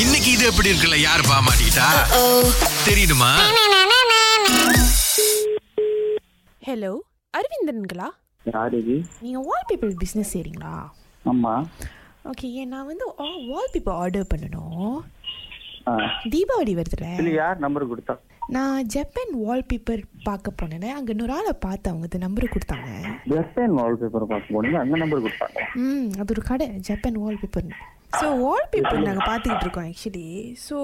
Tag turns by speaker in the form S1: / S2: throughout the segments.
S1: இன்னைக்கு இது எப்படி இருக்குல்ல யார் பாமாட்டா தெரியுமா
S2: ஹலோ அரவிந்தன்களா
S3: யார் இது
S2: நீங்கள் வால்பேப்பர் பிஸ்னஸ் செய்கிறீங்களா
S3: ஆமா
S2: ஓகே ஏன் நான் வந்து வால்பேப்பர் ஆர்டர் பண்ணணும்
S3: ஆ.
S2: தீபாவளி வருதுல
S3: இது யார் நம்பர் கொடுத்தா
S2: நான் ஜப்பான் வால்பேப்பர் பார்க்க போனேன் அங்கே இன்னொரு ஆளை பார்த்து அவங்க இந்த நம்பர் கொடுத்தாங்க
S3: வெஸ்டர்ன் வால்பேப்பர் பார்க்க போனீங்க அங்க நம்பர் கொடுத்தாங்க
S2: ம் அது ஒரு கடை ஜப்பான் வால்பேப்பர் ஸோ வால்பேப்பர் நாங்கள் பார்த்துக்கிட்டு இருக்கோம் ஆக்சுவலி ஸோ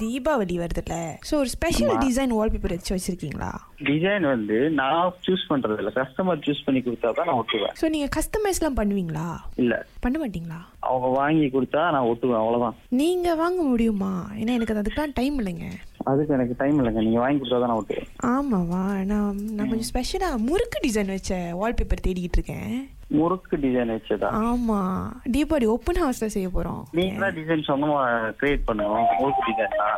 S2: தீபாவளி வருதுல்ல ஸோ ஒரு ஸ்பெஷல் டிசைன் வால்பேப்பர் வச்சு வச்சுருக்கீங்களா
S3: டிசைன் வந்து நான் சூஸ் பண்றது இல்ல கஸ்டமர் சூஸ் பண்ணி கொடுத்தா தான் நான் ஒட்டுவேன்
S2: ஸோ நீங்கள் கஸ்டமைஸ்லாம் பண்ணுவீங்களா
S3: இல்ல
S2: பண்ண மாட்டீங்களா
S3: அவங்க வாங்கி கொடுத்தா நான் ஒட்டுவேன் அவ்வளவுதான்
S2: நீங்கள் வாங்க முடியுமா ஏன்னா எனக்கு அது அதுக்கெலாம் டைம் இல்லைங்க
S3: அதுக்கு எனக்கு டைம் இல்லைங்க நீங்க வாங்கி கொடுத்தா தான் நான் ஒட்டுவேன்
S2: ஆமாவா நான் நான் கொஞ்சம் ஸ்பெஷலாக முறுக்கு டிசைன் வச்ச வால்பேப்பர் தேடிக்கிட்டு இருக்கேன்
S3: முறுக்கு டிசைன் வச்சதா
S2: ஆமாம் தீபாவளி ஓப்பன் ஹவுஸில் செய்ய போகிறோம்
S3: நீங்க தான் டிசைன் சொந்தமா கிரியேட் பண்ணுவோம் முறுக்கு டிசைன் தான்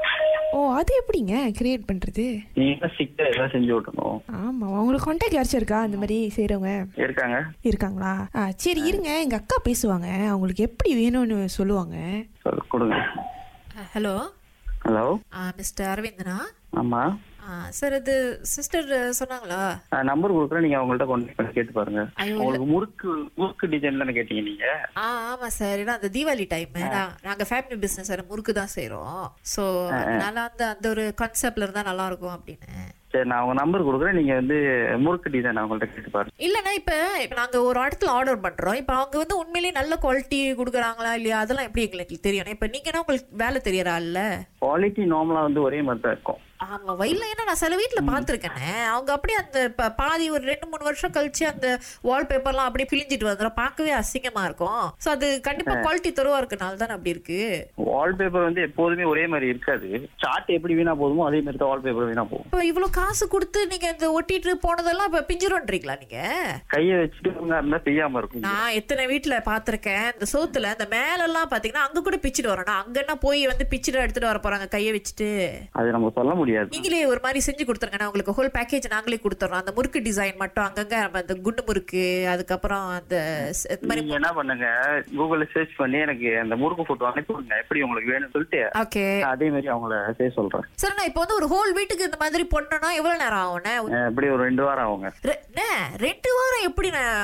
S2: ஓ அது எப்படிங்க கிரியேட் பண்ணுறது
S3: நீங்க தான் சிக்கர் எதாவது செஞ்சு விட்டணும்
S2: ஆமாம் உங்களுக்கு காண்டாக்ட் யாராச்சும் இருக்கா அந்த மாதிரி செய்கிறவங்க
S3: இருக்காங்க
S2: இருக்காங்களா ஆ சரி இருங்க எங்கள் அக்கா பேசுவாங்க அவங்களுக்கு எப்படி வேணும்னு சொல்லுவாங்க
S3: சரி, கொடுங்க
S4: ஹலோ
S3: ஹலோ
S4: மிஸ்டர் அரவிந்தனா
S3: ஆமா
S4: சார் இது சிஸ்டர் சொன்னாங்களா
S3: நம்பர் கொடுக்குறேன் நீங்க அவங்கள்ட்ட கான்டாக்ட் பண்ணி கேட்டு பாருங்க
S4: ஐயோ,
S3: உங்களுக்கு முறுக்கு முறுக்கு டிசைன் தானே கேட்டீங்க நீங்க
S4: ஆ ஆமா சார் ஏன்னா அந்த தீபாவளி டைம் நாங்க ஃபேமிலி பிசினஸ் முறுக்கு தான் செய்றோம் ஸோ அதனால அந்த அந்த ஒரு கான்செப்ட்ல இருந்தா நல்லா இருக்கும் அப்படின்னு
S3: சரி நான் அவங்க நம்பர் கொடுக்குறேன் நீங்க வந்து முறுக்கு டிசைன் அவங்கள்ட்ட கேட்டு பாருங்க
S4: இல்லைன்னா இப்போ இப்போ நாங்கள் ஒரு இடத்துல ஆர்டர் பண்ணுறோம் இப்போ அவங்க வந்து உண்மையிலேயே நல்ல குவாலிட்டி கொடுக்குறாங்களா இல்லையா அதெல்லாம் எப்படி எங்களுக்கு தெரியணும் இப்போ நீங்கன்னா உங்களுக்கு வேலை தெரியறா இல்லை
S3: குவாலிட்டி நார்மலா வந்து ஒரே மாதிரி தான் இருக்கும்
S4: ஆமா வயல்ல ஏன்னா நான் சில வீட்டுல பாத்துருக்கேனே அவங்க அப்படியே அந்த ப- பாதி ஒரு ரெண்டு மூணு வருஷம் கழிச்சு அந்த வால்பேப்பர்லாம் அப்படியே பிழிஞ்சிட்டு வந்துடும் பார்க்கவே அசிங்கமா இருக்கும் சோ அது கண்டிப்பா குவாலிட்டி தொருவா இருக்கனால தான் அப்படி இருக்கு
S3: வால்பேப்பர் வந்து எப்போதுமே ஒரே மாதிரி இருக்காது சார்ட் எப்படி வீணா போகுமோ அதே மாதிரி தான் வால்பேப்பர் வீணா போகும்
S4: இப்போ இவ்வளவு காசு கொடுத்து நீங்க இந்த ஒட்டிட்டு போனதெல்லாம் இப்ப பிஞ்சிரும்ன்றீங்களா நீங்க
S3: கையை வச்சுட்டு ஒழுங்கா இருந்தா பெய்யாம இருக்கும்
S4: நான் எத்தனை வீட்டுல பாத்திருக்கேன் இந்த சோத்துல இந்த மேல எல்லாம் பாத்தீங்கன்னா அங்க கூட பிச்சுட்டு வரணும் அங்க என்ன போய் வந்து பிச்சுட்டு எடுத்துட்டு வர போறாங்க கையை வச்சுட்டு
S3: அது நம்ம சொல்ல முடியாது
S4: நீங்களே ஒரு மாதிரி செஞ்சு கொடுத்துருங்க நான் உங்களுக்கு ஹோல் பேக்கேஜ் நாங்களே கொடுத்துறோம் அந்த முறுக்கு டிசைன் மட்டும் அங்கங்க நம்ம அந்த குண்டு முறுக்கு அதுக்கப்புறம் அந்த ஸ்- இந்த மாதிரி
S3: நீங்க என்ன பண்ணுங்க கூகுள்ல சர்ச் பண்ணி எனக்கு அந்த முறுக்கு போட்டோ அனுப்பி விடுங்க எப்படி உங்களுக்கு வேணும்னு சொல்லிட்டு
S4: ஓகே
S3: நான் அதே மாதிரி அவங்கள செய்ய சொல்றேன்
S4: சார் நான் இப்போ வந்து ஒரு ஹோல் வீட்டுக்கு இந்த மாதிரி பண்ணனா எவ்வளவு நேரம் ஆகும்ண்ணே
S3: அஹ் எப்படி ஒரு ரெண்டு வாரம் ஆகுங்க
S4: ரெ- அண்ணே, ரெண்டு வாரம் எப்படி நான்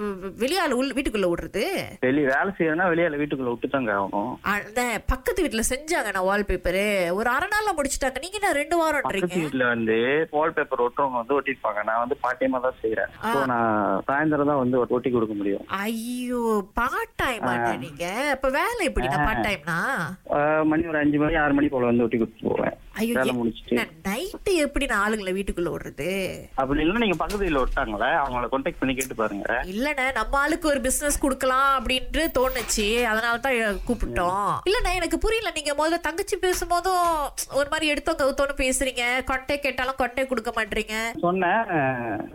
S4: ம், வெளியால உள் வீட்டுக்குள்ள விடுறது
S3: வெளியே வேலை செய்யணும்னா வெளியால வீட்டுக்குள்ள விட்டு தாங்க ஆகணும்
S4: அந்த பக்கத்து வீட்டுல செஞ்சாங்க நான் வால்பேப்பரு ஒரு அரை நாள்ல முடிச்சிட்டாங்க நீங்க என்ன ரெண்டு வாரம்ன்றீங்க
S3: பக்கத்து வீட்டுல வந்து வால்பேப்பர் ஒட்டுறவங்க வந்து ஒட்டிருப்பாங்க நான் வந்து பார்ட் டைமா தான் செய்யறேன் ஸோ நான் சாயந்தரம் தான் வந்து ஒட்டி கொடுக்க முடியும்
S4: ஐயோ பார்ட் டைம் நீங்க இப்ப வேலை எப்படி நான் பார்ட் டைம்னா
S3: ஆஹ் மணி ஒரு அஞ்சு மணி ஆறு மணி போல வந்து ஒட்டி கொடுத்து போவேன்
S4: ஐயோ
S3: வேலை முடிச்சிட்டு
S4: நைட்டு எப்படி நான் ஆளுங்களை வீட்டுக்குள்ள விடுறது
S3: அப்படி இல்லைன்னா நீங்க பக்கத்து வீட்டுல விட்டாங்களே அவங்கள கான்டாக்ட் பண்ணி கேட்டு பாருங்க
S4: இல்லண்ணே நம்ம ஆளுக்கு ஒரு பிசினஸ் கொடுக்கலாம் அப்படின்ட்டு தோணுச்சு அதனால தான் கூப்பிட்டோம் இல்லண்ணே எனக்கு புரியல நீங்க முதல்ல தங்கச்சி பேசும்போதும் ஒரு மாதிரி எடுத்தோம் கவுத்தோன்னு பேசுறீங்க கொட்டை கேட்டாலும் கொட்டை கொடுக்க மாட்டீங்க
S3: சொன்னேன்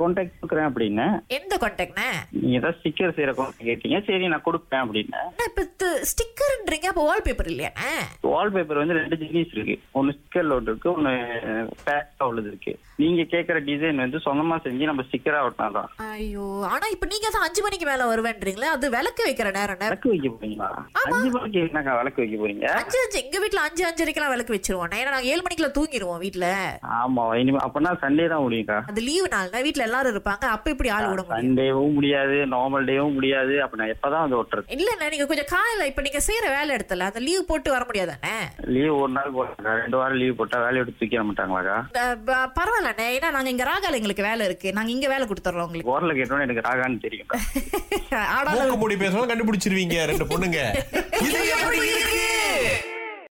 S3: கான்டாக்ட் கொடுக்குறேன் அப்படின்னு
S4: எந்த கொட்டைக்குண்ணே
S3: நீங்க ஏதாவது ஸ்டிக்கர் செய்யற கான்டாக்ட் கேட்டீங்க சரி நான் கொடுப்பேன் அப்படின்னு
S4: இப்ப ஸ்டிக்கர்ன்றீங்க அப்ப வால்பேப்பர் இல்லையாண்ணே
S3: வால்பேப்பர் வந்து ரெண்டு ஜினிஸ் இருக்கு ஒன்னு ஸ்டிக்கர் லோட் இருக்கு ஒன்னு பேக்கா உள்ளது இருக்கு நீங்க கேக்குற டிசைன் வந்து சொந்தமா செஞ்சு நம்ம ஸ்டிக்கரா ஒட்டினாதான்
S4: ஐயோ ஆனா இப்ப நீங்க தான் அஞ்சு மணிக்கு மேல வருவேன்றீங்களே அது விளக்கு வைக்கிற நேரம்
S3: விளக்கு வைக்க போறீங்களா அஞ்சு மணிக்கு என்னக்கா விளக்கு வைக்க போறீங்க
S4: அஞ்சு அஞ்சு எங்க வீட்டுல அஞ்சு அஞ்சரைக்கெல்லாம் விளக்கு வச்சிருவோம் ஏன்னா நாங்க ஏழு மணிக்கெல்லாம் தூங்கிடுவோம் வீட்டுல
S3: ஆமா இனிமே அப்பனா சண்டே தான் முடியும்க்கா
S4: அது லீவு நாள்னா வீட்டுல எல்லாரும் இருப்பாங்க அப்ப இப்படி ஆள் விட முடியும்
S3: சண்டேவும் முடியாது நார்மல் டேவும் முடியாது அப்ப நான் எப்பதான் வந்து ஒட்டுறது
S4: இல்லண்ணா நீங்க கொஞ்சம் காலையில இப்ப நீங்க செய்யற வேலை இடத்துல அந்த லீவ் போட்டு வர முடியாதானே
S3: லீவ் ஒரு நாள் போட்டாங்க ரெண்டு வாரம் லீவ் போட்டா வேலையை எடுத்து தூக்கிட மாட்டாங்களாக்கா
S4: பரவாயில்லண்ணே ஏன்னா நாங்க இங்க ராகால எங்களுக்கு வேலை இருக்கு நாங்க இங்க வேலை கொடுத்துறோம் உங்களுக்கு
S3: குரல கேட்டோன்னு எனக்கு ராகான்னு தெரியும்
S4: ஆடாலும்
S1: மூக்கு மூடி பேசணும் கண்டுபிடிச்சிருவீங்க ரெண்டு பொண்ணுங்க இது எப்படி